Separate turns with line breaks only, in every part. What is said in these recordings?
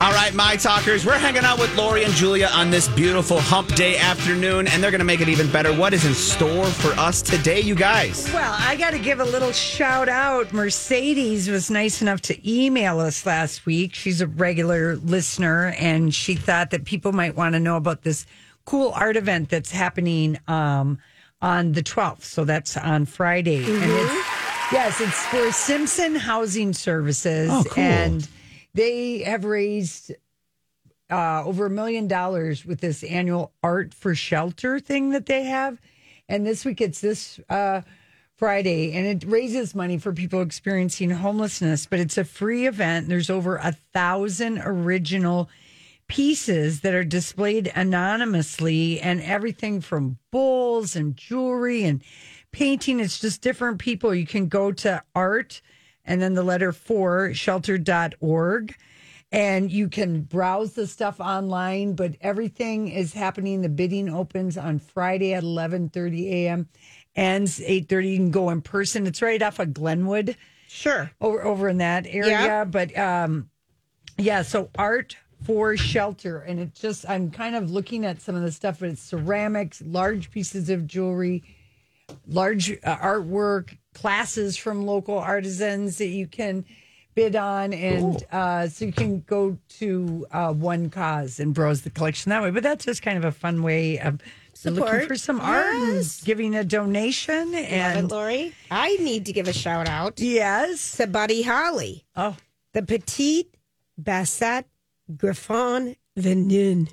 All right, my talkers, we're hanging out with Lori and Julia on this beautiful hump day afternoon, and they're going to make it even better. What is in store for us today, you guys?
Well, I got to give a little shout out. Mercedes was nice enough to email us last week. She's a regular listener, and she thought that people might want to know about this cool art event that's happening um, on the 12th. So that's on Friday. And
Mm-hmm.
it's, yes, it's for Simpson Housing Services.
Oh, cool.
And they have raised uh, over a million dollars with this annual art for shelter thing that they have. And this week it's this uh, Friday, and it raises money for people experiencing homelessness. But it's a free event. There's over a thousand original pieces that are displayed anonymously, and everything from bowls and jewelry and painting. It's just different people. You can go to art and then the letter for shelter.org and you can browse the stuff online but everything is happening the bidding opens on friday at 11.30 a.m ends 8.30 you can go in person it's right off of glenwood
Sure.
over over in that area
Yeah.
but um yeah so art for shelter and it just i'm kind of looking at some of the stuff but it's ceramics large pieces of jewelry large uh, artwork classes from local artisans that you can bid on and uh, so you can go to uh, one cause and browse the collection that way but that's just kind of a fun way of looking
Support.
for some art and
Yes.
giving a donation
But
and
Lori, I need to give a shout out
yes
to Buddy Holly,
oh
the Petite Bassette Griffon Venin.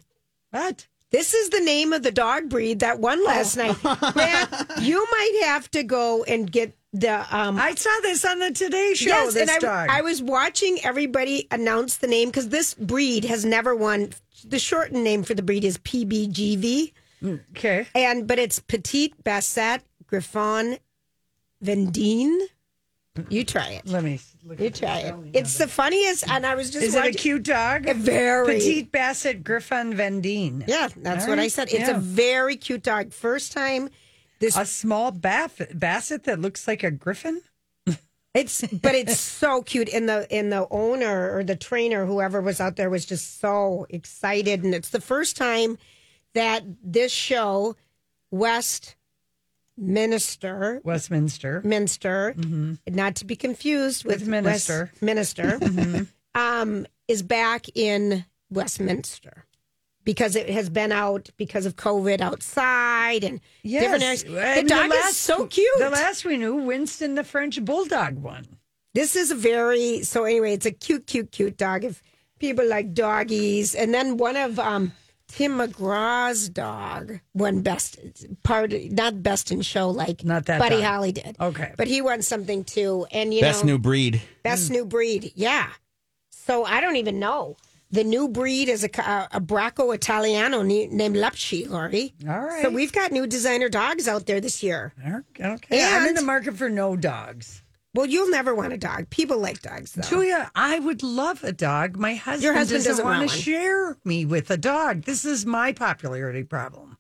what
This is the name of the dog breed that
Oh.
won last night. Matt, you might have to go and get the um,
I saw this on the Today Show.
yes,
this
and I,
dog.
I was watching everybody announce the name because this breed has never won. The shortened name for the breed is PBGV,
okay.
and but it's Petite Bassette Griffon Vendine. You try it.
Let me look.
You try it. It's the funniest, and I was just
Is it a
watching-
cute dog?
A very
petite basset Griffon Vendine.
Yeah, that's
All
what I
right,
said. It's
yeah.
a very cute dog. First time this.
A small baff, basset that looks like a griffin.
It's but it's so cute. And the and the owner or the trainer, whoever was out there, was just so excited. And it's the first time that this show, West Minister
Westminster.
Minster, not to be confused with,
Mm-hmm. With Minister. Mm-hmm.
West Minister, um, is back in Westminster because it has been out because of COVID outside and different areas. The
and
dog is so cute.
The last we knew, Winston the French bulldog won.
This is a very so anyway, it's a cute, cute, cute dog. If people like doggies, and then one of um, Tim McGraw's dog won best part, not best in show like
Not that
Buddy
dog.
Holly did.
Okay.
but he won something too, and you
Best
know,
new breed.
best new breed. Yeah, so I don't even know. The new breed is a, ca- a Bracco Italiano ne- named Lepschi, Lori.
All right.
So we've got new designer dogs out there this year.
Okay. I'm in
And-
the market for no dogs.
Well, you'll never want a dog. People like dogs, though.
Julia, I would love a dog. My husband,
husband
doesn't,
doesn't
want
want
to
one.
share me with a dog. This is my popularity problem.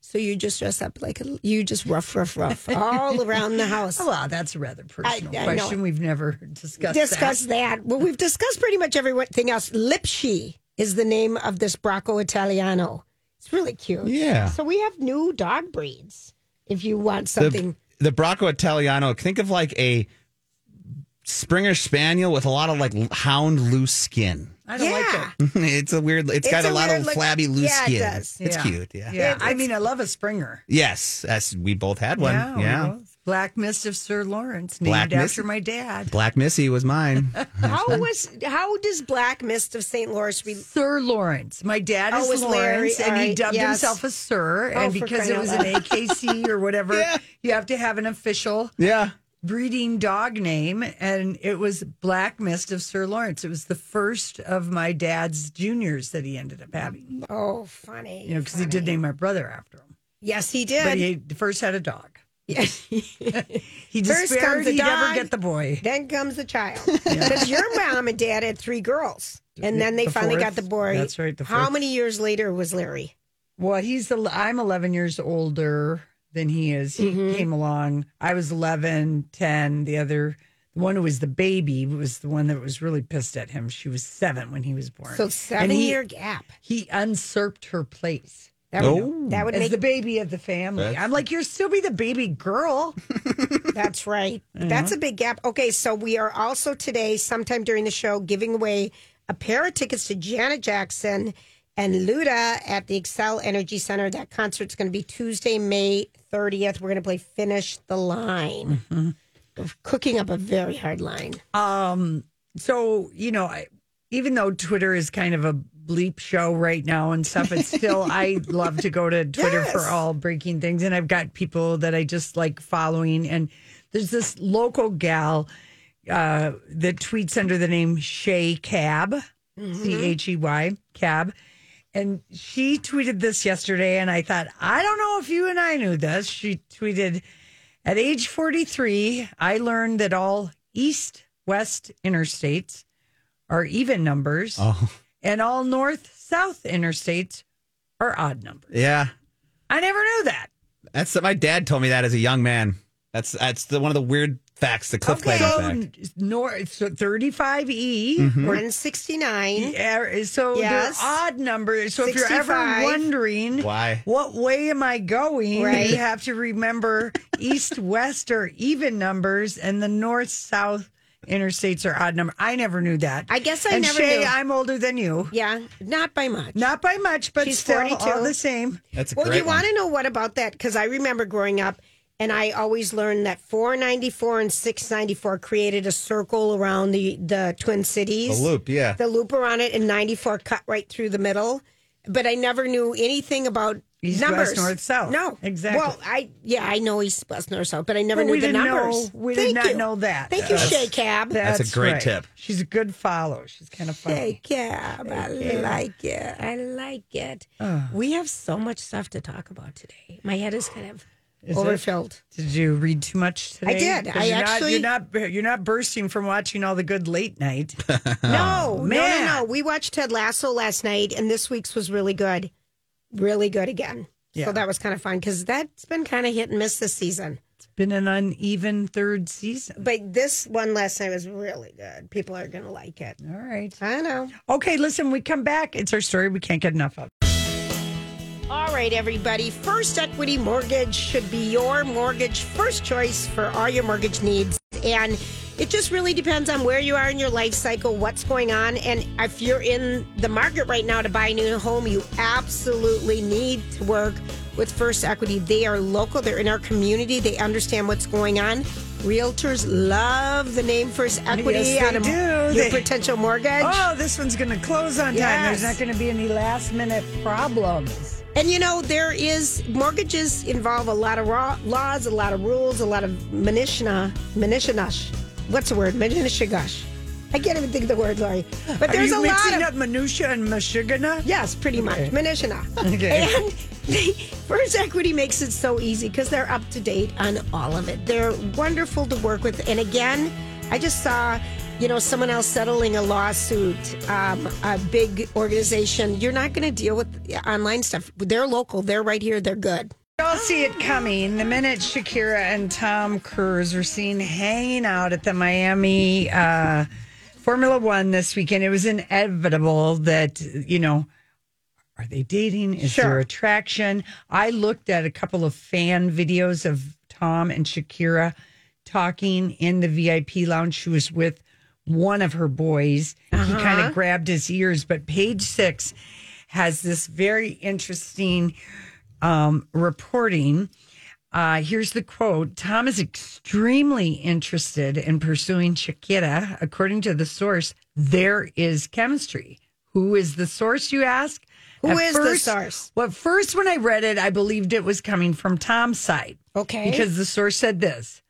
So you just dress up like a, you just rough, rough, rough all around the house.
Oh, wow, that's a rather personal
I know
question.
it.
We've never discussed
Discuss that. Well, we've discussed pretty much everything else. Lipschi is the name of this Bracco Italiano. It's really cute.
Yeah.
So we have new dog breeds. If you want
The,
something,
the Bracco Italiano, think of like a Springer Spaniel with a lot of like l- hound loose skin.
that. I don't like
Yeah.
it.
it's a weird, it's
It's
got a,
a
lot
weird
of
look-
flabby loose
Yeah, it
skin.
does.
It's
Yeah.
cute. Yeah.
Yeah, I mean, I love a Springer.
Yes, that's, we both had one.
we
Yeah.
both Black Mist of Sir Lawrence, named
Black Mist?
after my dad.
Black Missy was mine.
How was how does Black Mist of St. Lawrence re-
Sir Lawrence. My dad
Oh,
is
was Larry,
Lawrence, and
all
he
right,
dubbed
yes. Oh,
himself a Sir. and
for
because
crying
it
out
was an AKC or whatever,
Yeah.
you have to have an official
yeah.
breeding dog name. And it was Black Mist of Sir Lawrence. It was the first of my dad's juniors that he ended up having,
Oh, funny.
you know, because he did name my brother after him.
Yes, he
But
did.
he first had a dog.
Yes.
He
First
despaired
comes the
he'd ever
dog.
get the boy.
then comes the child. Because your mom and dad had three girls. And then they
The
finally
fourth.
got the boy.
That's right, the
How
fourth.
many years later was Larry?
Well, he's el- I'm 11 years older than he is. He
Mm-hmm.
came along. I was 11, 10. The other, the one who was the baby, was the one that was really pissed at him. She was seven when he was born.
So seven
And he,
year gap.
He usurped her place
That
Oh.
would, that would
as
make
the baby of the family.
That's-
I'm like, you're still be the baby girl.
That's right.
Mm-hmm.
That's a big gap. Okay, so we are also today, sometime during the show, giving away a pair of tickets to Janet Jackson and Luda at the Excel Energy Center. That concert's going to be Tuesday, May 30th. We're going to play Finish the Line.
Mm-hmm.
Cooking up a very hard line.
Um, so you know, I, even though Twitter is kind of a bleep show right now and stuff, it's still I love to go to Twitter for all breaking things, and I've got people that I just like following, and there's this local gal uh, that tweets under the name Shay Cab, C H E Y Cab. And she tweeted this yesterday, and I thought, I don't know if you and I knew this. She tweeted, at age 43, I learned that all east west interstates are even numbers,
Oh,
and all north south interstates are odd numbers.
yeah.
I never knew that.
That's my dad told me that as a young man. That's that's the, one of the weird facts, the cliff okay. fact. Mm-hmm.
So, north, so 35E or
169.
Mm-hmm. Yeah, so
Yes.
they're odd numbers. So if you're
65.
ever wondering
Why?
what way am I going,
Right.
you have to remember east west are even numbers, and the north south interstates are odd number. I never knew that.
I guess I
and
never
Shay,
knew.
I'm older than you,
Yeah, not by much.
not by much, but
She's
still
42.
all the same.
That's a
Well,
great
you want to know what about that? Because I remember growing up, and I always learned that 494 and 694 created a circle around the the Twin
one.
Cities.
The loop, yeah.
The loop around it, and 94 cut right through the middle. But I never knew anything about
East,
numbers,
west, north, south.
No,
Exactly.
Well, I yeah, I know east, west, north, south, but I never
But
knew
we
the
didn't
numbers.
know. We
Thank
did not
you.
know that.
Thank you,
That's-
Shay Cab.
That's a great tip.
She's a good follow. She's kind of funny.
Shake cab. I like it. I like it.
Ah.
We have so much stuff to talk about today. My head is kind of overfilled.
Did you read too much today?
I did.
'Cause
I
you're
actually-
not, you're not you're not bursting from watching all the good late night.
No, no, no,
Oh, man.
no. We watched Ted Lasso last night, and this week's was really good. Really good again. So
Yeah.
that was kind of fun because that's been kind of hit and miss this season.
it's been an uneven third season.
But this one last night was really good. People are going to like it.
All right.
I know.
Okay, listen, we come back. It's our story we can't get enough of.
All right, everybody. First Equity Mortgage should be your mortgage first choice for all your mortgage needs. And it just really depends on where you are in your life cycle, what's going on. And if you're in the market right now to buy a new home, you absolutely need to work with First Equity. They are local, they're in our community, they understand what's going on. Realtors love the name First Equity
Yes, they
on
do.
a, your
They-
potential mortgage.
Oh, this one's going to close on time.
Yes.
There's not going to be any last minute problems.
And you know, there is mortgages involve a lot of raw, laws, a lot of rules, a lot of minishna, minishnash. What's the word? Minishnash. I can't even think of the word, Lori. But there's
Are
a
you
lot
mixing
of
up minutia and mashigana?
yes, pretty much minishna.
Okay.
And they, First Equity makes it so easy because they're up to date on all of it. They're wonderful to work with. And again, I just saw, you know, someone else settling a lawsuit, um, a big organization. You're not going to deal with the online stuff. They're local. They're right here. They're good.
We all see it coming the minute Shakira and Tom Cruise were seen hanging out at the Miami uh, Formula One this weekend. It was inevitable that, you know, are they dating? Is
Sure.
there attraction? I looked at a couple of fan videos of Tom and Shakira talking in the VIP lounge. She was with one of her boys. He kind of grabbed his ears, but page six has this very interesting um, reporting Uh, here's the quote Tom is extremely interested in pursuing Shakira. According to the source, there is chemistry. Who is the source, you ask?
Who
Who is
is the source?
Well, at first, when I read it, I believed it was coming from Tom's side
Okay.
because the source said this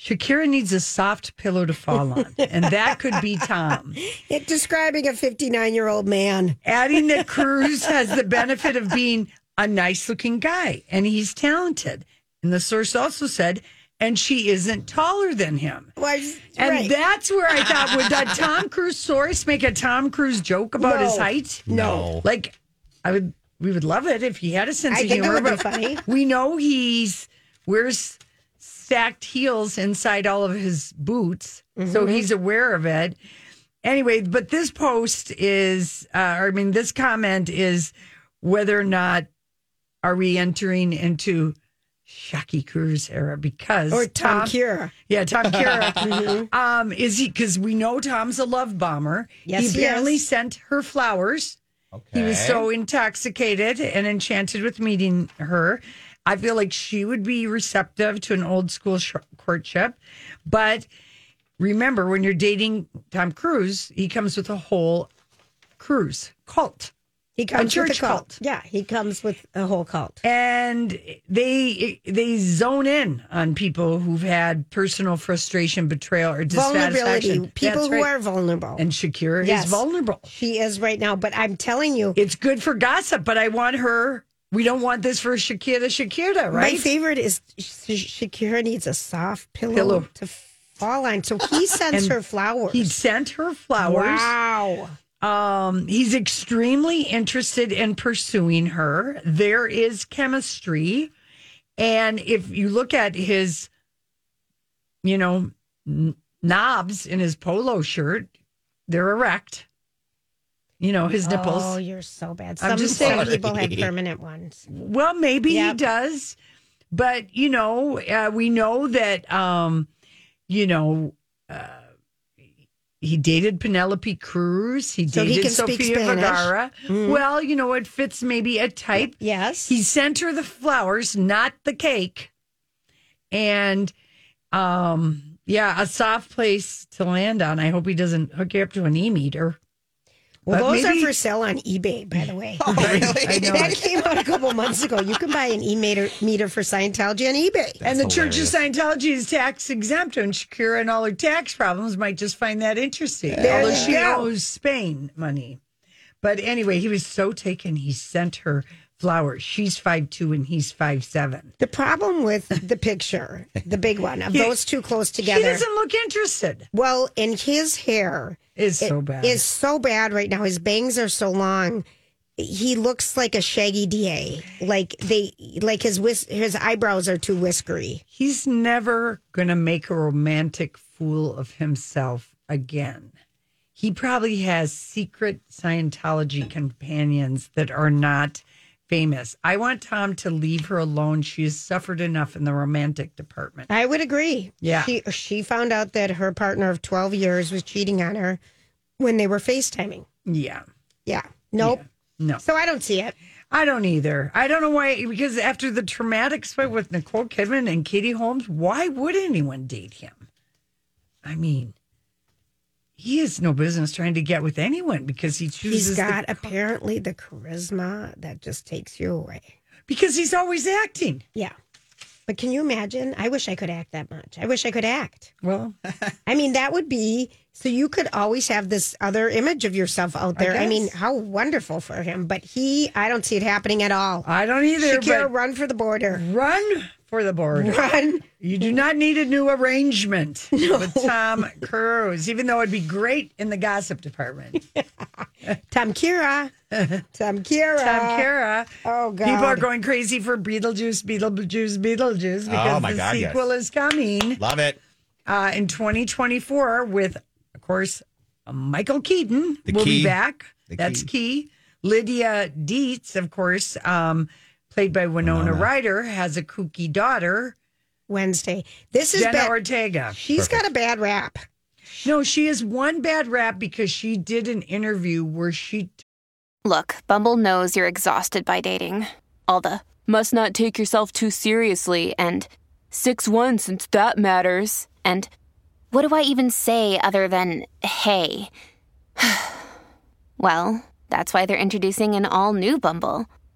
Shakira needs a soft pillow to fall on, and that could be Tom.
it, describing a 59 year old man.
adding that Cruz has the benefit of being a nice looking guy and he's talented. And the source also said, and she isn't taller than him.
Was,
And
right.
that's where I thought, would that Tom Cruise source make a Tom Cruise joke about his
No.
height?
No.
Like, I would, we would love it if he had a sense
I
of
think it
humor.
would be
but
funny.
We know he's wears stacked heels inside all of his boots,
Mm-hmm.
so he's aware of it. Anyway, but this post is, uh, or I mean, this comment is whether or not are we entering into Shaki Cruz era because
or Tom, Mm-hmm. Cure.
yeah, Tom Kira. Um, is he? Because we know Tom's a love bomber.
Yes, he
he apparently
is.
sent her flowers.
Okay.
He was so intoxicated and enchanted with meeting her. I feel like she would be receptive to an old school sh- courtship, but remember, when you're dating Tom Cruise, he comes with a whole cruise cult.
He comes with
church
a cult.
cult.
Yeah, he comes with a whole cult.
and they they zone in on people who've had personal frustration, betrayal, or
Vulnerability.
dissatisfaction.
People
That's
who
right.
are vulnerable.
and Shakira
Yes.
is vulnerable.
she is right now. But I'm telling you,
It's good for gossip, but I want her. We don't want this for Shakira. Shakira,
My
right?
favorite is Sh- Shakira needs a soft pillow,
Pillow.
to fall on. So he sends
And
her flowers.
he sent her flowers.
Wow.
Um, he's extremely interested in pursuing her. There is chemistry. And if you look at his, you know, n- knobs in his polo shirt, they're erect. You know, his nipples.
Oh, you're so bad.
I'm
Some,
just
some
sorry.
people have permanent ones.
Well, maybe
Yep.
he does, but you know, uh, we know that um, you know uh, he dated Penelope Cruz. He
So he
dated
can speak
Sofia
Spanish. Mm-hmm.
Vergara. Well, you know, it fits maybe a type.
Yes.
He sent her the flowers, not the cake, and um, yeah, a soft place to land on. I hope he doesn't hook you up to an e eater.
well,
but
those
maybe- Oh,
are for sale on eBay, by the way.
I know.
that came out a couple months ago. You can buy an e meter meter for Scientology on eBay.
and the Church of Scientology is tax exempt, and Shakira and all her tax problems might just find that interesting. Although
you
she
go.
owes Spain money. But anyway, he was so taken, he sent her flowers. She's five two, and he's five seven.
The problem with the picture, the big one of those two close
He
together.
doesn't look interested.
Well, and his hair
Is so
it
bad.
is so bad right now. His bangs are so long. He looks like a shaggy DA. Like they like his whis- his eyebrows are too whiskery.
he's never going to make a romantic fool of himself again. He probably has secret Scientology companions that are not famous. I want Tom to leave her alone. She has suffered enough in the romantic department.
I would agree.
Yeah.
She she found out that her partner of 12 years was cheating on her when they were FaceTiming.
Yeah.
Yeah. Nope.
No,
So I don't see it.
I don't either. I don't know why, because after the traumatic split with Nicole Kidman and Katie Holmes, why would anyone date him? I mean, he has no business trying to get with anyone because he chooses.
He's
the
got apparently the charisma that just takes you away.
because he's always acting.
Yeah. But can you imagine? I wish I could act that much. I wish I could act.
Well,
I mean, that would be so you could always have this other image of yourself out there. I, mean, how wonderful for him. But he, I don't see it happening at all.
I don't either.
Shakira,
but
run for the border.
run for the border.
Run.
You do not need a new arrangement with Tom Cruise, even though it'd be great in the gossip department.
Tom Kira. Tom Kira.
Tom Kara.
Oh, God.
People are going crazy for Beetlejuice, Beetlejuice, Beetlejuice because
Oh, my
the
God, yes.
sequel is coming
Love it.
uh, in 2024 with, of course, uh, Michael Keaton
The
will
key.
be back.
The
That's key. Lydia Dietz, of course, um, played by Winona, Ryder, has a kooky daughter.
Wednesday. This is
Jenna
bad.
Ortega.
She's got a bad rap.
No, she is one bad rap because she did an interview where she
Look, Bumble knows you're exhausted by dating. All the must not take yourself too seriously, and 6 1 since that matters,
And what do I even say other than hey? well, that's why they're introducing an all new Bumble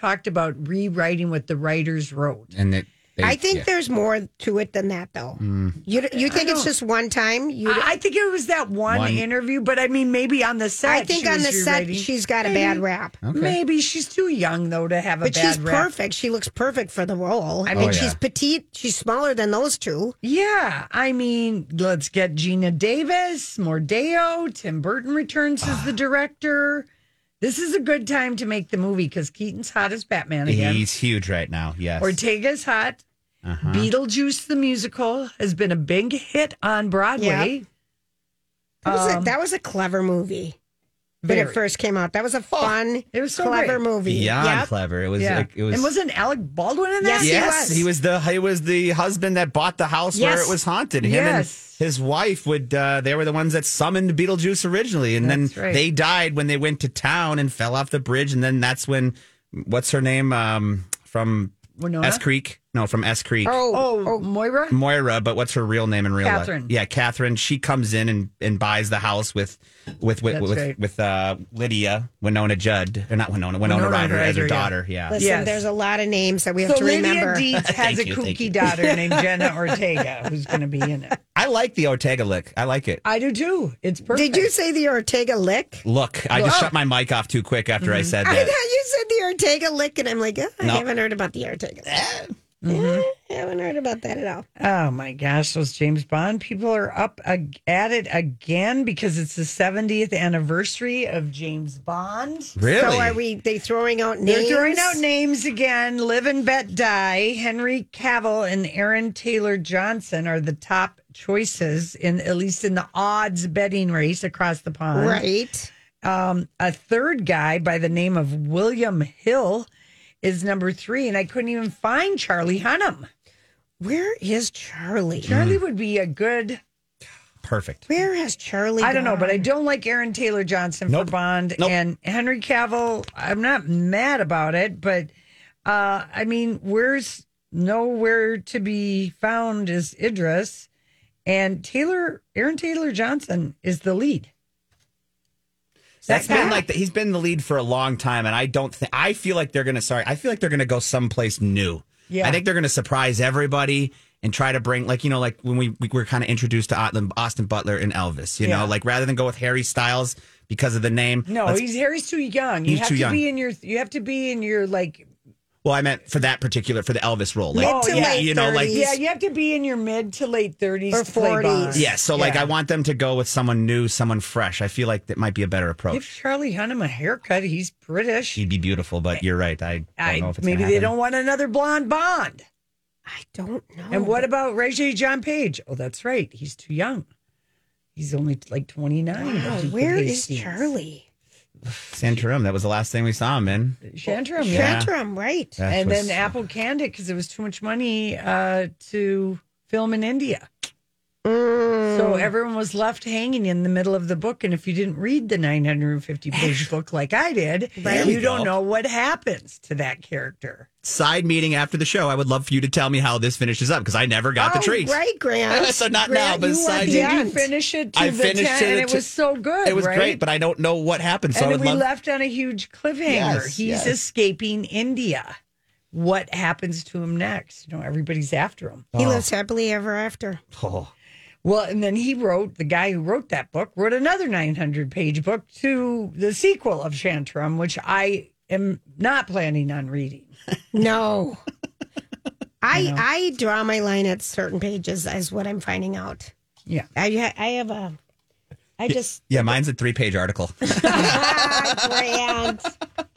Talked about rewriting what the writers wrote.
And it, they-
I think
yeah.
there's more to it than that, though. You you think it's just one time? You,
I I think it was that one,
One.
interview, but I mean, maybe on the set.
I think
she
on the
was
set
rewriting.
she's got a bad rap,
Okay.
Maybe she's too young though to have a
but
bad
she's
rep.
perfect. She looks perfect for the role. I
Oh,
mean,
yeah.
she's petite. She's smaller than those two.
Yeah, I mean, let's get Gina Davis, Mordeo, Tim Burton returns as the director. This is a good time to make the movie because Keaton's hot as Batman again.
He's huge right now. Yes.
Ortega's hot.
Uh-huh.
Beetlejuice the musical has been a big hit on Broadway.
That was, a, that was a clever
Um,
movie when
Very. Oh,
it first came out. That was a fun,
it was so
clever
great.
movie.
Beyond
Yep.
clever. It was
yeah,
like it was.
and wasn't Alec Baldwin in that?
Yes, he
yes,
was.
he was the he was the husband that bought the house where
Yes.
it was haunted. Him
Yes.
and his wife would uh, they were the ones that summoned Beetlejuice originally, and
That's
then
right.
they died when they went to town and fell off the bridge, and then that's when what's her name um, from
Winona?
S Creek? No, from S Creek.
Oh,
Oh, Moira.
Moira, but what's her real name in real
Catherine.
life? Yeah, Catherine. She comes in and, and buys the house with with with
That's
with,
right.
with uh, Lydia Winona Judd, or not Winona Winona,
Winona
Ryder, as her
Ryder, yeah.
daughter. Yeah,
listen,
Yes.
there's a lot of names that we have
So
to
Lydia
remember.
Dietz has
Thank
a
you, thank
kooky
you.
daughter named Jenna Ortega who's going to be in it.
I like the Ortega lick. I like it.
I do too. It's perfect.
Did you say the Ortega lick?
Look, I just shut my mic off too quick after
Mm-hmm.
I said
I thought
that.
you said the Ortega lick, and I'm like, oh, I
No.
haven't heard about the Ortega lick.
Eh. Mm-hmm.
Yeah, I haven't heard about that at all.
Oh my gosh, those James Bond people are up ag- at it again because it's the 70th anniversary of James Bond.
Really?
So are we? They throwing out names?
They're throwing out names again. Live and Bet Die, Henry Cavill, and Aaron Taylor Johnson are the top choices in at least in the odds betting race across the pond.
right?
Um, a third guy by the name of William Hill is number three, and I couldn't even find Charlie Hunnam.
Where is Charlie?
Charlie would be a good
Perfect.
Where has Charlie?
I don't know, but I
gone?
don't like Aaron Taylor Johnson
Nope.
for Bond
Nope.
and Henry Cavill. I'm not mad about it, but uh, I mean, where's nowhere to be found is Idris and Taylor. Aaron Taylor Johnson is the lead.
That's
That guy.
been like the, he's been the lead for a long time, and I don't think I feel like they're gonna. Sorry, I feel like they're gonna go someplace new.
Yeah.
I think they're gonna surprise everybody and try to bring like you know like when we, we were kind of introduced to Austin, Austin Butler and Elvis. You
Yeah.
know, like rather than go with Harry Styles because of the name.
No,
let's-
he's Harry's too young. You
He's
have
too
to
young.
be in your. You have to be in your like.
well, I meant for that particular for the Elvis role. Like,
Mid to
yeah,
late
you know, like
30s.
Yeah, you have to be in your mid to late thirties
Or
to play
40s.
Bond.
yeah. So like
Yeah.
I want them to go with someone new, someone fresh. I feel like that might be a better
Give
approach.
Charlie Hunnam a haircut. He's British.
She'd be beautiful, but you're right. I don't
I,
know if it's
maybe
gonna
they
happen.
don't want another blonde Bond.
I don't know.
Oh.
And what about Reggie John Page? Oh, that's right. He's too young. He's only like 29.
Wow,
Reggie
where is
Hastings.
Charlie?
Santorum. That was the last thing we saw him in.
Shantram, yeah.
Yeah.
Tantrum, right?
That
And
was-
then Apple canned it because it was too much money uh, to film in India.
Mm.
So everyone was left hanging in the middle of the book. And if you didn't read the 950 page book like I did,
There we
you don't
go.
know what happens to that character.
side meeting after the show. I would love for you to tell me how this finishes up because I never got the
Oh,
treat.
right, Grant?
So not now,
Grant,
but
you were
side-
the
Did
Did you
aunt.
finish it to
I
the
finished
10?
it
And
at
it
t-
was so good.
It was
right?
great, but I don't know what happened. So I
and
would
we
love.
left on a huge cliffhanger.
Yes,
He's
yes.
escaping India. What happens to him next? You know, everybody's after him.
He lives happily ever after.
Oh,
Well, and then he wrote, the guy who wrote that book wrote another 900 page book to the sequel of Shantram, which I am not planning on reading.
No. I I draw my line at certain pages, is what I'm finding out.
Yeah.
I ha- I have a, I just
Yeah, mine's a three page article.
ah, Grant,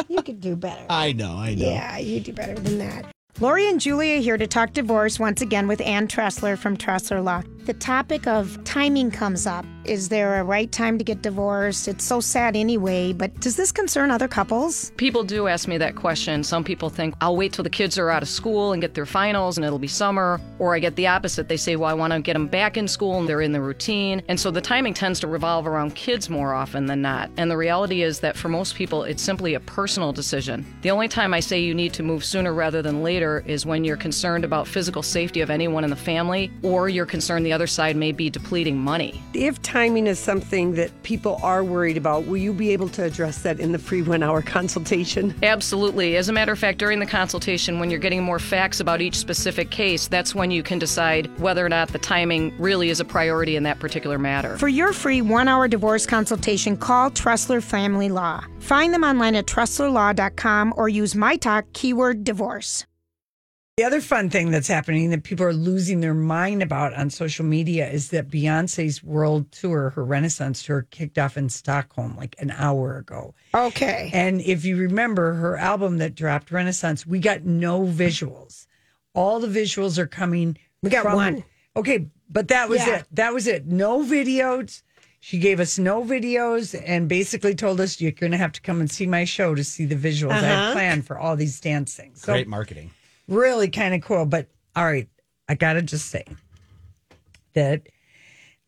you could do better.
I know, I know.
Yeah, you do better than that. Lori and Julia here to talk divorce once again with Ann Tressler from Tressler Law. The topic of timing comes up. Is there a right time to get divorced? It's so sad anyway, but does this concern other couples?
People do ask me that question. Some people think, I'll wait till the kids are out of school and get their finals and it'll be summer. Or I get the opposite. They say, Well, I want to get them back in school and they're in the routine. And so the timing tends to revolve around kids more often than not. And the reality is that for most people, it's simply a personal decision. The only time I say you need to move sooner rather than later is when you're concerned about physical safety of anyone in the family or you're concerned the other side may be depleting money.
If timing is something that people are worried about, will you be able to address that in the free one hour consultation?
Absolutely. As a matter of fact, during the consultation, when you're getting more facts about each specific case, that's when you can decide whether or not the timing really is a priority in that particular matter.
For your free one hour divorce consultation, call Tressler Family Law. Find them online at TresslerLaw.com or use my talk keyword divorce.
The other fun thing that's happening that people are losing their mind about on social media is that Beyonce's world tour, her Renaissance tour, kicked off in Stockholm like an hour ago.
Okay.
And if you remember her album that dropped, Renaissance, we got no visuals. All the visuals are coming. We
got one.
Okay, but that was
Yeah.
it. That was it. No videos. She gave us no videos and basically told us you're going to have to come and see my show to see the visuals I
Uh-huh.
had planned for all these dance things. So
Great marketing.
really kind of cool. But all right, I gotta just say that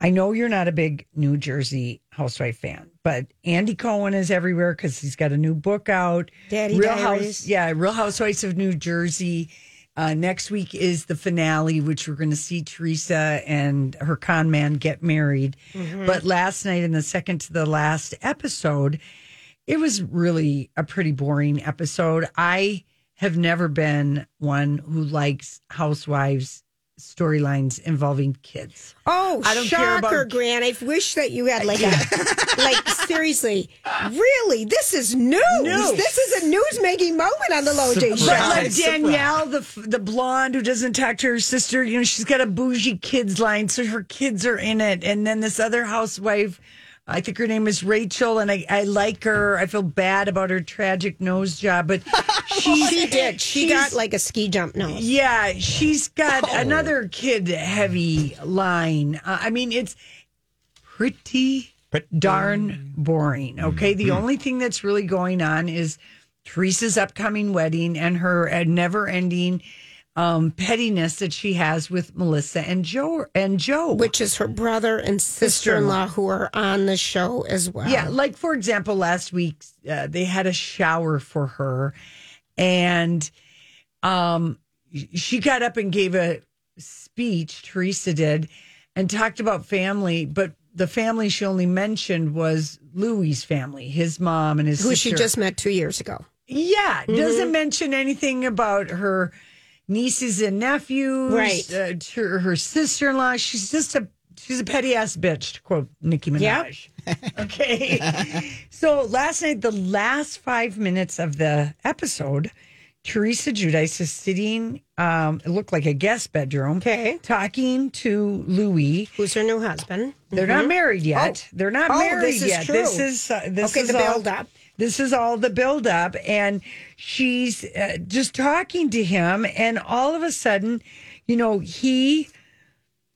I know you're not a big New Jersey housewife fan, but Andy Cohen is everywhere because he's got a new book out.
Daddy
Real
Diaries.
House, yeah, Real Housewives of New Jersey. Uh, next week is the finale, which we're going to see Teresa and her con man get married.
Mm-hmm.
But last night, in the second to the last episode, it was really a pretty boring episode. I have never been one who likes housewives storylines involving kids.
Oh,
I don't
shocker,
care about-
Gran. I wish that you had like a, like seriously, really. This is news.
News.
This is a news making moment on the Low J
Surprise.
Show.
But like
surprise.
Danielle, the f- the blonde who doesn't talk to her sister, you know, she's got a bougie kids line, so her kids are in it. And then this other housewife, I think her name is Rachel, and I, I like her. I feel bad about her tragic nose job, but she's,
She did. She
she's-
got like a ski jump nose.
Yeah, she's got another kid heavy line. Uh, I mean, it's pretty darn boring. Okay. The only thing that's really going on is Teresa's upcoming wedding and her uh, never ending um, pettiness that she has with Melissa and Joe and Joe.
Which is her brother and sister in law who are on the show as well.
Yeah, like for example, last week uh, they had a shower for her, and um, she got up and gave a speech. Teresa did, and talked about family, but the family she only mentioned was Louis' family, his mom and his
Who
sister.
she just met two years ago.
yeah
Mm-hmm.
doesn't mention anything about her nieces and nephews,
Right.
Uh, to her, her sister-in-law. She's just a she's a petty ass bitch, to quote Nicki Minaj.
Yep.
Okay. so last night, the last five minutes of the episode, Teresa Judice is sitting, um, it looked like a guest bedroom,
Okay.
talking to Louis.
Who's her new husband?
They're not married yet. They're not
Mm-hmm. Oh, this
married
is
yet.
true.
This is uh, this
Okay,
is
the
all-
build-up.
This is all the build up, and she's uh, just talking to him, and all of a sudden, you know, he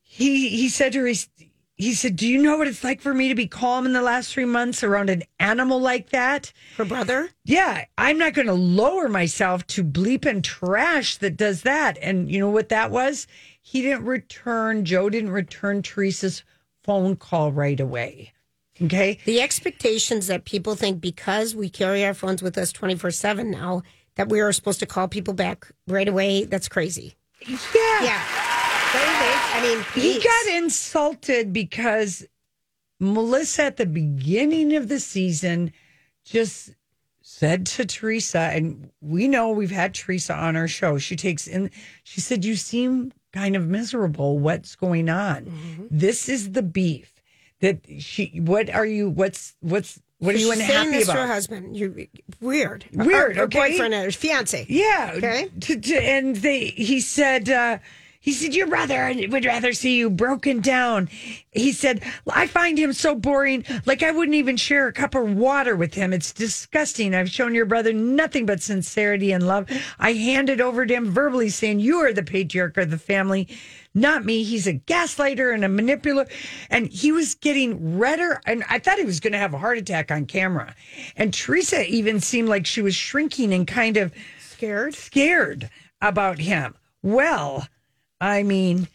he he said to her, he's- he said, "Do you know what it's like for me to be calm in the last three months around an animal like that?"
Her brother?
yeah, I'm not going to lower myself to bleep and trash that does that. And you know what that was? He didn't return, Joe didn't return Teresa's phone call right away. Okay.
The expectations that people think because we carry our phones with us 24 7 now, that we are supposed to call people back right away, that's crazy.
Yeah.
Yeah. I mean,
He
please.
got insulted because Melissa at the beginning of the season just said to Teresa, and we know we've had Teresa on our show. She takes in, she said, You seem kind of miserable. What's going
Mm-hmm.
on? This is the beef that she, what are you, what's, what's, What
So
are you
she's saying
unhappy
this
about?
to her husband. You weird.
Weird,
Her, her
okay.
boyfriend, her fiance.
Yeah.
Okay.
T- t- and they, he said, uh, he said, your brother would rather see you broken down. He said, I find him so boring. Like I wouldn't even share a cup of water with him. It's disgusting. I've shown your brother nothing but sincerity and love. I handed over to him verbally saying, you are the patriarch of the family, not me. He's a gaslighter and a manipulator. And he was getting redder. And I thought he was going to have a heart attack on camera. And Teresa even seemed like she was shrinking and kind of,
Scared.
scared about him. Well, I mean,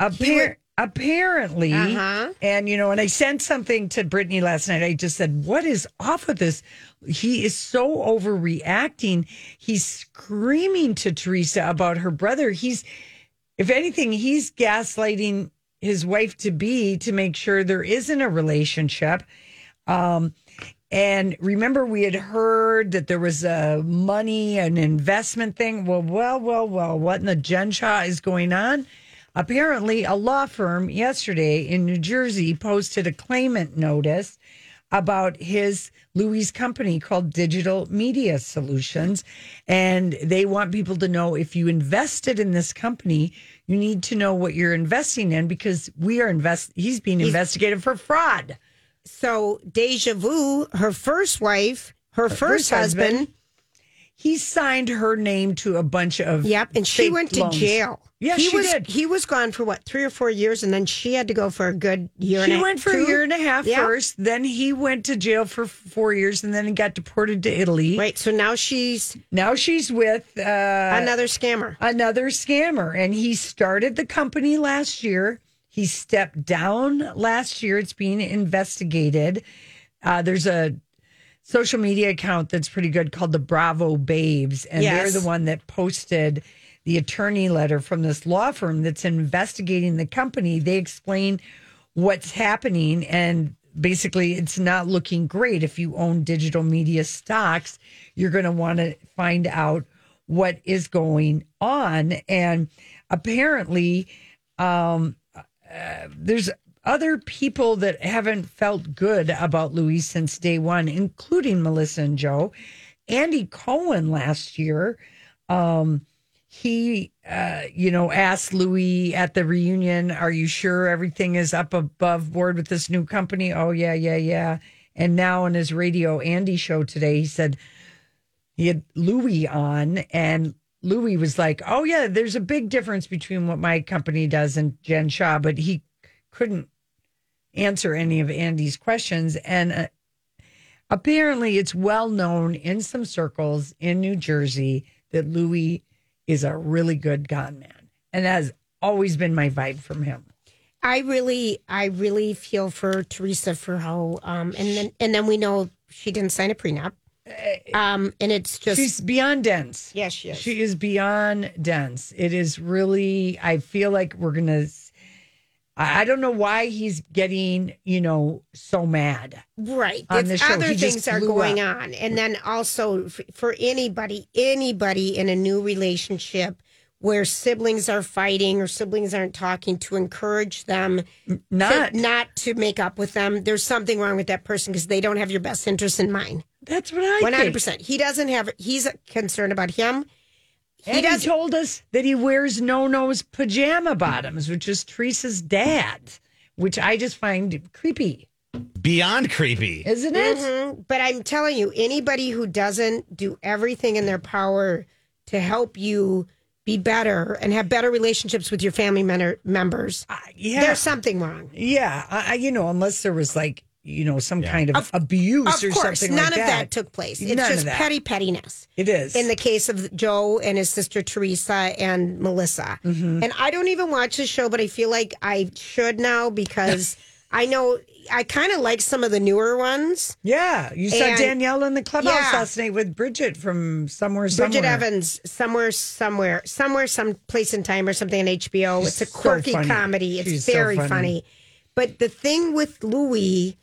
appar- apparently,
Uh-huh.
and you know, and I sent something to Brittany last night. I just said, "What is off with this? He is so overreacting. He's screaming to Teresa about her brother. He's, if anything, he's gaslighting his wife to be to make sure there isn't a relationship." Um, and remember, we had heard that there was a money, an investment thing. Well, well, well, well, what in the genshaw is going on? Apparently, a law firm yesterday in New Jersey posted a claimant notice about his Louis company called Digital Media Solutions. And they want people to know if you invested in this company, you need to know what you're investing in because we are invest he's being investigated for fraud.
So Deja Vu, her first wife, her, first,
first
husband,
husband. He signed her name to a bunch of
Yep, and she
fake
went to
loans.
jail.
Yeah,
he
she
was,
did.
He was gone for what three or four years, and then she had to go for a good year. and
She
a,
went for a
two?
year and a half
Yeah.
first. Then he went to jail for f- four years, and then he got deported to Italy.
Right, so now she's
Now she's with uh,
another scammer.
another scammer, and he started the company last year. He stepped down last year. It's being investigated. Uh, there's a social media account that's pretty good called the Bravo Babes, and
Yes.
they're the one that posted the attorney letter from this law firm that's investigating the company. They explain what's happening, and basically, it's not looking great. If you own digital media stocks, you're going to want to find out what is going on, and apparently, um, there's other people that haven't felt good about Louis since day one, including Melissa and Joe. Andy Cohen last year, um, he, uh, you know, asked Louis at the reunion, Are you sure everything is up above board with this new company? Oh, yeah, yeah, yeah. And now on his radio Andy show today, he said, he had Louis on, and Louis was like, "Oh yeah, there's a big difference between what my company does and Jen Shaw," but he couldn't answer any of Andy's questions, and uh, apparently, it's well known in some circles in New Jersey that Louis is a really good gunman, and that has always been my vibe from him.
I really, I really feel for Teresa for how, um, and then and then we know she didn't sign a prenup, um, and it's just
Uh, She's beyond dense.
yes, she is.
She is beyond dense. It is really, I feel like we're going to, I I don't know why he's getting, you know, so mad.
Right.
on
It's
the show.
Other
He just
things are
blew
going
up.
on. And then also f- for anybody, anybody in a new relationship where siblings are fighting or siblings aren't talking to encourage them
Not,
to, not to make up with them. There's something wrong with that person because they don't have your best interest in mind.
that's what I
One hundred
100%.
percent. He doesn't have. He's concerned about him. He
And he
doesn't.
told us that he wears no no's pajama bottoms, which is Teresa's dad, which I just find creepy,
Beyond creepy.
isn't it?
Mhm. But I'm telling you, anybody who doesn't do everything in their power to help you be better and have better relationships with your family men- members,
Uh, yeah.
there's something wrong.
yeah. I, I- you know, unless there was like, you know, some kind of,
Of-
abuse
Of
or
course,
something
none
like
of that.
that.
took place. It's
None of
just
that.
petty pettiness.
It is.
In the case of Joe and his sister Teresa and Melissa.
Mm-hmm.
And I don't even watch the show, but I feel like I should now because I know I kind of like some of the newer ones.
Yeah, you saw
And-
Danielle in the clubhouse
Yeah.
last night with Bridget from somewhere. somewhere.
Bridget Evans, somewhere, somewhere, somewhere, some place in time or something on HBO.
She's
it's a
so
quirky
funny.
comedy. It's
She's so
very
funny.
funny. But the thing with Louis,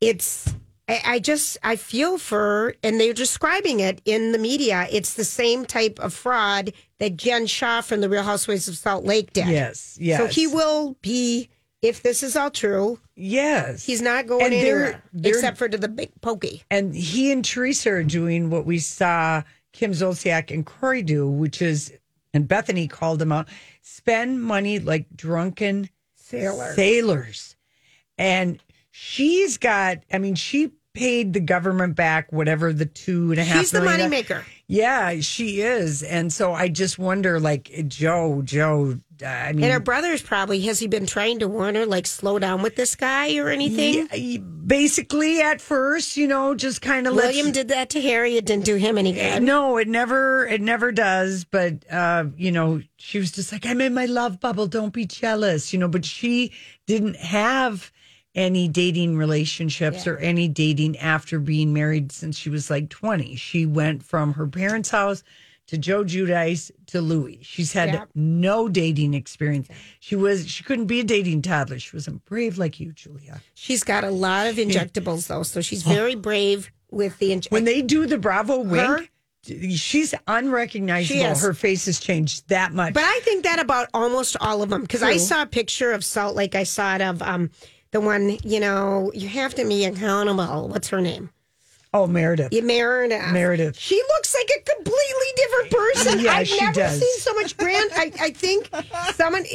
it's I, I just I feel for, and they're describing it in the media. It's the same type of fraud that Jen Shaw from The Real Housewives of Salt Lake did.
Yes, yes.
So he will be if this is all true,
Yes.
he's not going
And they're-
anywhere
they're-
except for to the big pokey.
And he and Teresa are doing what we saw Kim Zolciak and Corey do, which is, and Bethany called them out, spend money like drunken
Sailor.
sailors. And she's got, I mean, she paid the government back whatever the two and a half.
He's the
million-
money maker.
Yeah, she is. And so I just wonder, like, Joe, Joe, I mean,
And her brother's probably has he been trying to warn her like slow down with this guy or anything?
yeah, basically at first, you know, just kind of let
William did that to Harry. It didn't do him any good.
No, it never it never does, but uh, you know, she was just like, I'm in my love bubble, don't be jealous, you know, but she didn't have any dating relationships or any dating after being married since she was like twenty. She went from her parents' house to Joe Judice to Louis. She's had
Yep.
no dating experience. She was she couldn't be a dating toddler. She wasn't brave like you, Julia.
She's got a lot of injectables though, so she's very brave with the inject.
Oh. when they do the Bravo
Her?
wink, she's unrecognizable.
She is.
Her face has changed that much.
But I think that about almost all of them because I
True.
saw a picture of Salt Lake. I saw it of um the one you know you have to be accountable. What's her name?
oh, Meredith.
Yeah, Meredith.
Meredith.
She looks like a completely different person.
Yeah,
I've
she
never
does.
seen so much grand. I, I think someone.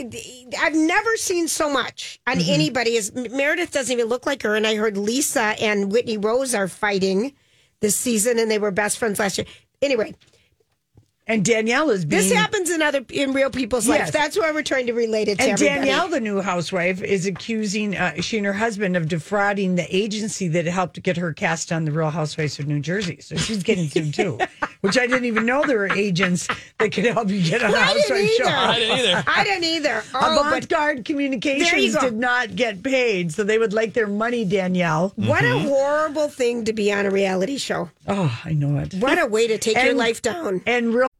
I've never seen so much on
Mm-hmm.
anybody. As Meredith doesn't even look like her. And I heard Lisa and Whitney Rose are fighting this season, and they were best friends last year. Anyway,
And Danielle is being.
this happens in other in real people's
Yes.
lives. That's why we're trying to relate it to
And
everybody.
Danielle, the new housewife, is accusing uh, she and her husband of defrauding the agency that helped get her cast on The Real Housewives of New Jersey. So she's getting sued too, which I didn't even know there were agents that could help you get on a
I didn't
housewife
either.
show.
didn't either. I didn't either. Oh, but
Avant Garde Communications
go.
did not get paid, so they would like their money, Danielle.
what a horrible thing to be on a reality show.
Oh, I know it.
What a way to take your
And-
life down.
And real.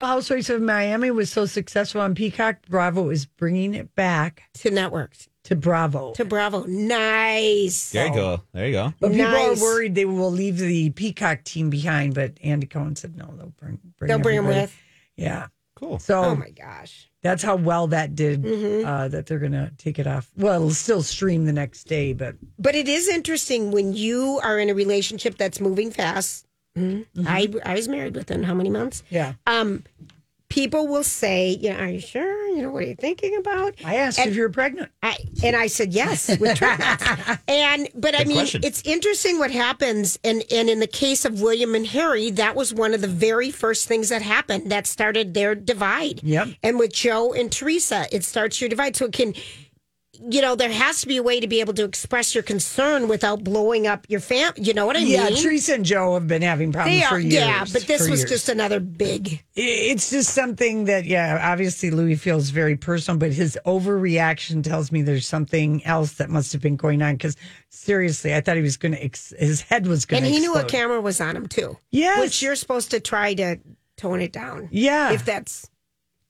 Housewives of Miami was so successful on Peacock, Bravo is bringing it back
to networks
to Bravo.
to Bravo. Nice.
There you go. There you go.
but people
Nice.
are worried they will leave the Peacock team behind, but Andy Cohen said no, they'll bring bring
They'll bring him
everybody.
with.
Yeah.
Cool.
So
Oh my Mm-hmm. gosh.
that's how well that did uh, that they're gonna take it off. Well, it'll still stream the next day, but
But it is interesting when you are in a relationship that's moving fast. Hmm?
Mm-hmm.
I I was married within how many months?
yeah.
Um, people will say, you know, are you sure? You know, what are you thinking about?
I asked
And-
if you were pregnant.
I, and I said yes with triplets. and but I
Good
mean,
question.
it's interesting what happens. And and in the case of William and Harry, that was one of the very first things that happened that started their divide.
Yep.
And with Joe and Teresa, it starts your divide. So it can, you know, there has to be a way to be able to express your concern without blowing up your fam. You know what I
Yeah,
mean?
Teresa and Joe have been having problems
They
for
are,
years.
yeah, but this
for
was
years.
just another big.
I- it's just something that yeah obviously louis feels very personal but his overreaction tells me there's something else that must have been going on because seriously i thought he was gonna ex- his head was gonna
And he knew a
explode.
camera was on him too.
Yes.
which you're supposed to try to tone it down.
yeah
if that's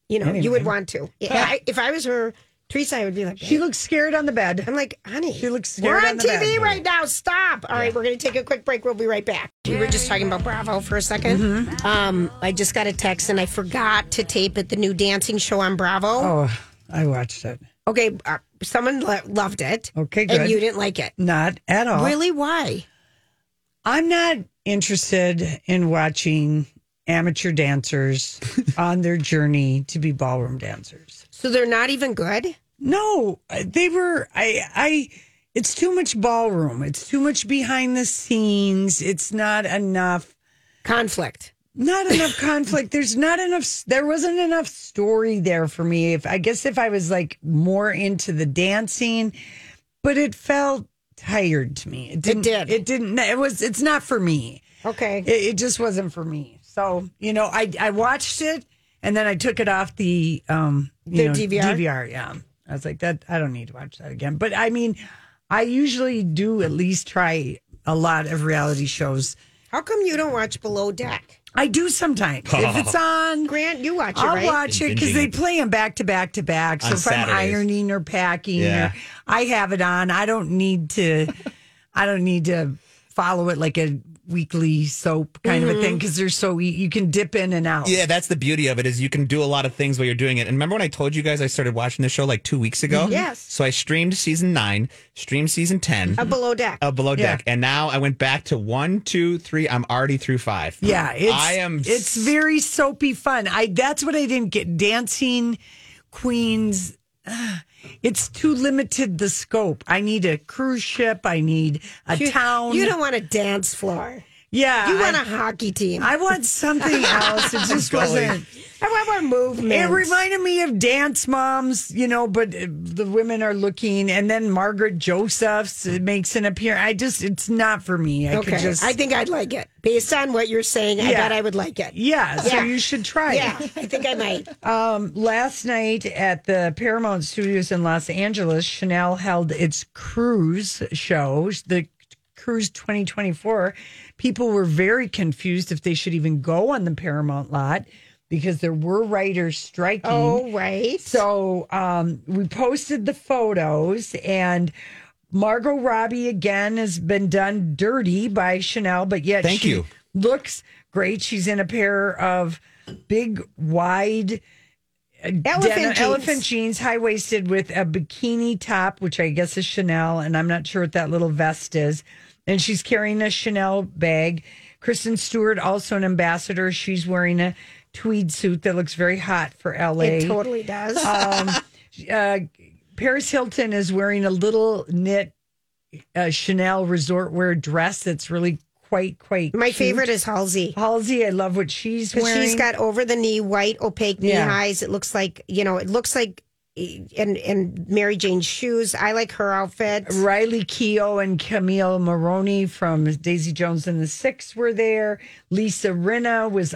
you know you
Anyway.
would want to. I, if I was her, Teresa, I would be like,
she looks scared on the bed
I'm like, honey,
She looks
We're
scared
on,
on the
TV
bed."
right now. Stop. All right, we're going to take a quick break. We'll be right back. We were just talking about Bravo for a 2nd
Mm-hmm.
Um, I just got a text and I forgot to tape at the new dancing show on Bravo.
oh i watched it
Okay, uh, someone lo- loved it.
Okay,
And
good.
you didn't like it.
not at all
Really? Why?
i'm not interested in watching amateur dancers on their journey to be ballroom dancers
So they're not even good.
No, they were. I. I. It's too much ballroom. It's too much behind the scenes. It's not enough
conflict.
Not enough conflict. There's not enough. There wasn't enough story there for me. If I guess if I was like more into the dancing, but it felt tired to me. It didn't.
did.
It didn't. It was. It's not for me.
Okay.
It, it just wasn't for me. So you know, I I watched it and then I took it off the um you
The
know,
DVR?
DVR. Yeah, I was like that. I don't need to watch that again. But I mean, I usually do at least try a lot of reality shows.
How come you don't watch Below Deck?
I do sometimes if it's on.
Grant, you watch it,
I'll
right?
watch it because they
Binging.
play them back to back to back. So
On
if I'm
Saturdays.
ironing or packing,
Yeah.
or I have it on. I don't need to. I don't need to follow it like a weekly soap kind of a
Mhm.
Mm-hmm.
thing because they're so e- you can dip in and out.
Yeah, that's the beauty of it is you can do a lot of things while you're doing it. And remember when I told you guys I started watching the show like two weeks ago?
Mhm. Yes.
So I streamed season nine, streamed season ten,
A Below Deck.
of Below
Yeah.
Deck, and now I went back to one, two, three. I'm already through five.
Yeah, it's,
I am.
It's very soapy fun. I that's what I didn't get. Dancing Queens. ah, It's too limited the scope. I need a cruise ship. I need a
You-
town.
You don't want a dance floor.
Yeah,
You want
I-
a hockey team.
I want something else. It just wasn't.
I want more movement.
It reminded me of Dance Moms, you know, but uh, the women are looking, and then Margaret Josephs makes an appearance. I just, it's not for me. I
okay.
could just,
I think I'd like it. Based on what you're saying, I
Yeah.
bet I would like it.
yeah, so
Yeah.
you should try
Yeah,
it.
I think I might.
Um, last night at the Paramount Studios in Los Angeles, Chanel held its cruise show, the Cruise 2024. People were very confused if they should even go on the Paramount lot because there were writers striking.
Oh, right.
So um, we posted the photos and. Margot Robbie again has been done dirty by Chanel, but yet
Thank
she
you.
looks great. She's in a pair of big, wide
Elephant
denim-
jeans.
elephant jeans, high waisted with a bikini top, which I guess is Chanel, and I'm not sure what that little vest is. And she's carrying a Chanel bag. Kristen Stewart, also an ambassador, she's wearing a tweed suit that looks very hot for LA.
It totally does. Uh,
Um, uh, Paris Hilton is wearing a little knit uh, Chanel resort wear dress that's really quite quite.
My
cute.
favorite is Halsey.
Halsey. I love what she's
Because
wearing.
she's got over the knee white opaque knee
Yeah.
highs. It looks like you know. It looks like eh, and and Mary Jane's shoes. I like her outfit.
Riley Keough and Camille Maroney from Daisy Jones and the Six were there. Lisa Rinna was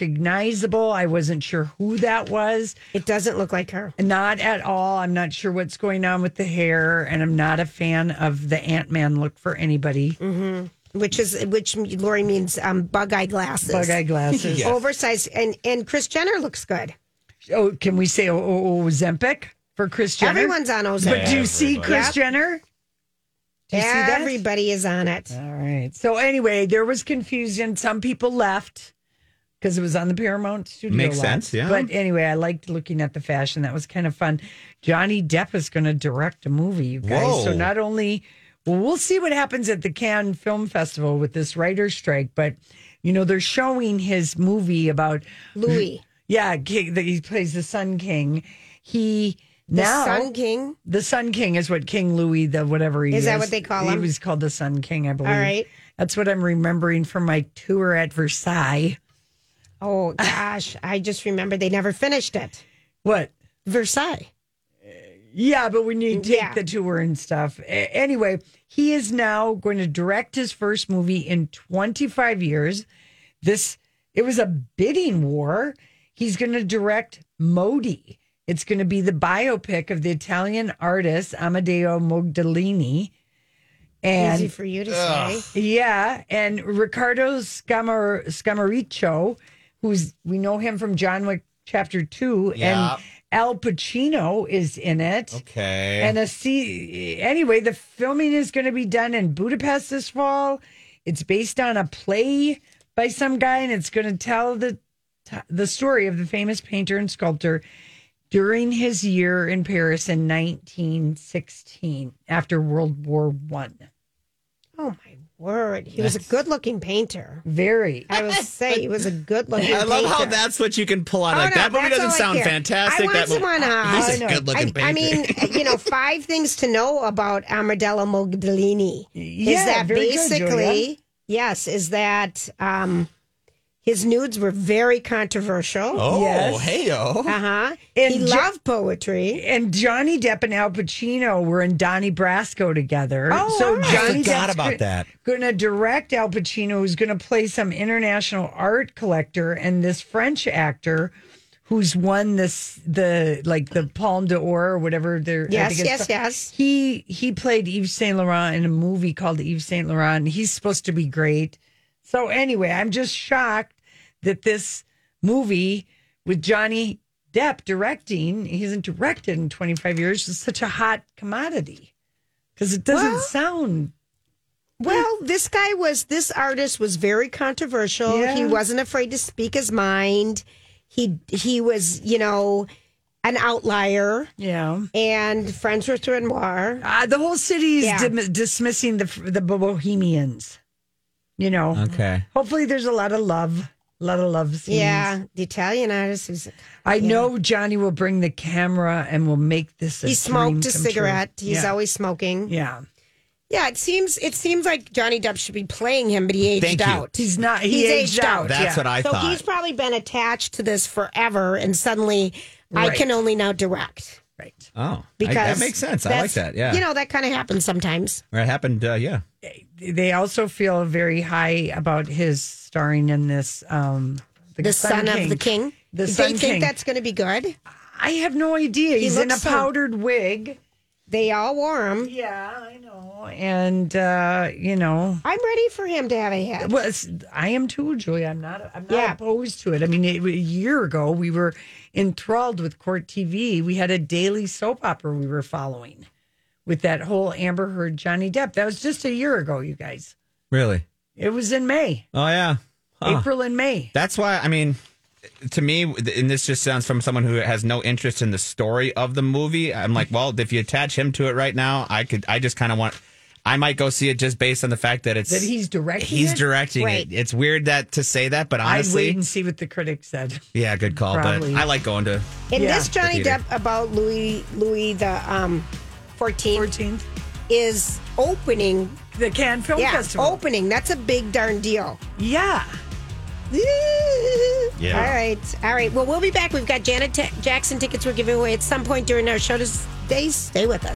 unrecognizable. I wasn't sure who that was.
It doesn't look like her.
Not at all. I'm not sure what's going on with the hair, and I'm not a fan of the Ant Man look for anybody.
hmm Which is which? Lori means um, bug eye glasses.
Bug-eye glasses. Yes.
Oversized and and Chris Jenner looks good.
Oh, can we say oh, oh, Ozempic for Chris Jenner?
Everyone's on Ozempic.
But do you see
Everybody.
Chris
Yep.
Jenner? Do you see that?
Everybody is on it.
All right. So anyway, there was confusion. Some people left because it was on the Paramount Studio.
Makes
lot.
sense, yeah.
But anyway, I liked looking at the fashion. That was kind of fun. Johnny Depp is going to direct a movie, you guys.
Whoa.
So not only, well, we'll see what happens at the Cannes Film Festival with this writer's strike, but you know they're showing his movie about
Louis.
Yeah, king, that he plays the Sun King. He
The
now
Sun King.
the Sun King is what King Louis, the whatever he is.
Is that what they call
He
him?
was called the Sun King, I believe.
right.
That's what I'm remembering from my tour at Versailles.
Oh gosh, I just remember they never finished it.
What?
Versailles.
Yeah, but when you take
Yeah.
the tour and stuff. A- anyway, he is now going to direct his first movie in 25 years. This it was a bidding war. He's going to direct Modi. It's going to be the biopic of the Italian artist Amadeo Mogdalini. And
Easy for you to say.
Yeah, and Ricardo Scamar- Scamariccio, who's we know him from John Wick Chapter Two,
Yeah.
and Al Pacino is in it.
okay.
And a see, anyway, the filming is going to be done in Budapest this fall. It's based on a play by some guy, and it's going to tell the the story of the famous painter and sculptor during his year in Paris in 1916 after World War One.
Oh my word. He was a good looking painter.
Very.
I was say he was a good looking
I
painter.
love how that's what you can pull out.
Oh,
like,
no,
that movie
that's
doesn't
all I
sound
care.
fantastic.
I
that
want
movie.
someone on. uh,
He's a good looking painter.
I, I mean, you know, five things to know about Armadillo Mogdalini
Yeah,
is that
very good,
basically,
Julia.
yes, is that um, his nudes were very controversial.
Oh, heyo.
Uh huh.
And
He
Jo-
loved poetry.
And Johnny Depp and Al Pacino were in Donnie Brasco together.
Oh,
so
wow. I
Johnny
forgot
Depp's
about
go-
that.
Gonna direct Al Pacino, who's gonna play some international art collector, and this French actor who's won this the like the Palme d'Or or whatever. They're, I
Yes,
think it's
yes,
called.
yes.
He he played Yves Saint Laurent in a movie called Yves Saint Laurent. He's supposed to be great. So anyway, I'm just shocked that this movie with Johnny Depp directing, he hasn't directed in 25 years, is such a hot commodity because it doesn't
Well-
sound.
Well, this guy was this artist was very controversial.
Yeah.
He wasn't afraid to speak his mind. He he was, you know, an outlier
Yeah.
and friends with Renoir.
Uh, the whole city is
Yeah.
dim- dismissing the the Bohemians. You know,
okay.
hopefully there's a lot of love, a lot of love scenes.
Yeah, the Italian artist was
I know Johnny will bring the camera and will make this. A
he
dream
smoked a
come true.
cigarette. He's
yeah.
always smoking. Yeah.
Yeah,
it seems it seems like Johnny Depp should be playing him, but he aged
Thank you.
out.
he's not. He
He's
aged,
aged
out.
out.
That's
yeah.
what I
so
thought.
he's probably been attached to this forever and suddenly I
Right.
can only now direct.
Right.
oh,
Because
because that makes sense. I like
that's-
that. Yeah.
You know, that kind of happens sometimes.
Or it happened, uh, yeah.
They also feel very high about his starring in this. Um,
the son, of the king.
The
they
Sun
think
King.
that's going to be good.
I have no idea. He's in a
looks so-
powdered wig.
They all wore him.
Yeah, I know. And uh, you know,
I'm ready for him to have a hat.
Well, it's, I am too, Julia. I'm not. I'm not
Yeah.
opposed to it. I mean, it, a year ago we were enthralled with court TV. We had a daily soap opera we were following with that whole Amber Heard Johnny Depp. That was just a year ago, you guys.
Really?
It was in May,
Oh, yeah. Huh.
April and May.
That's why, I mean, to me, and this just sounds from someone who has no interest in the story of the movie. I'm like, well, if you attach him to it right now, I could, I just kind of want, I might go see it just based on the fact that it's,
That he's directing
he's
it?
directing
Right.
it. It's weird that to say that, but
I'd wait
honestly,
and see what the critics said.
yeah, good call.
Probably.
But I like going to,
and
yeah,
this Johnny
the theater.
Depp about Louis Louis the um, 14th
14th,
is opening.
the Cannes Film
yeah, Oh.
Festival.
opening. That's a big darn deal.
yeah.
Yeah.
All right. All right. Well, we'll be back. We've got Janet Ta- Jackson tickets we're giving away at some point during our show today. Stay with us.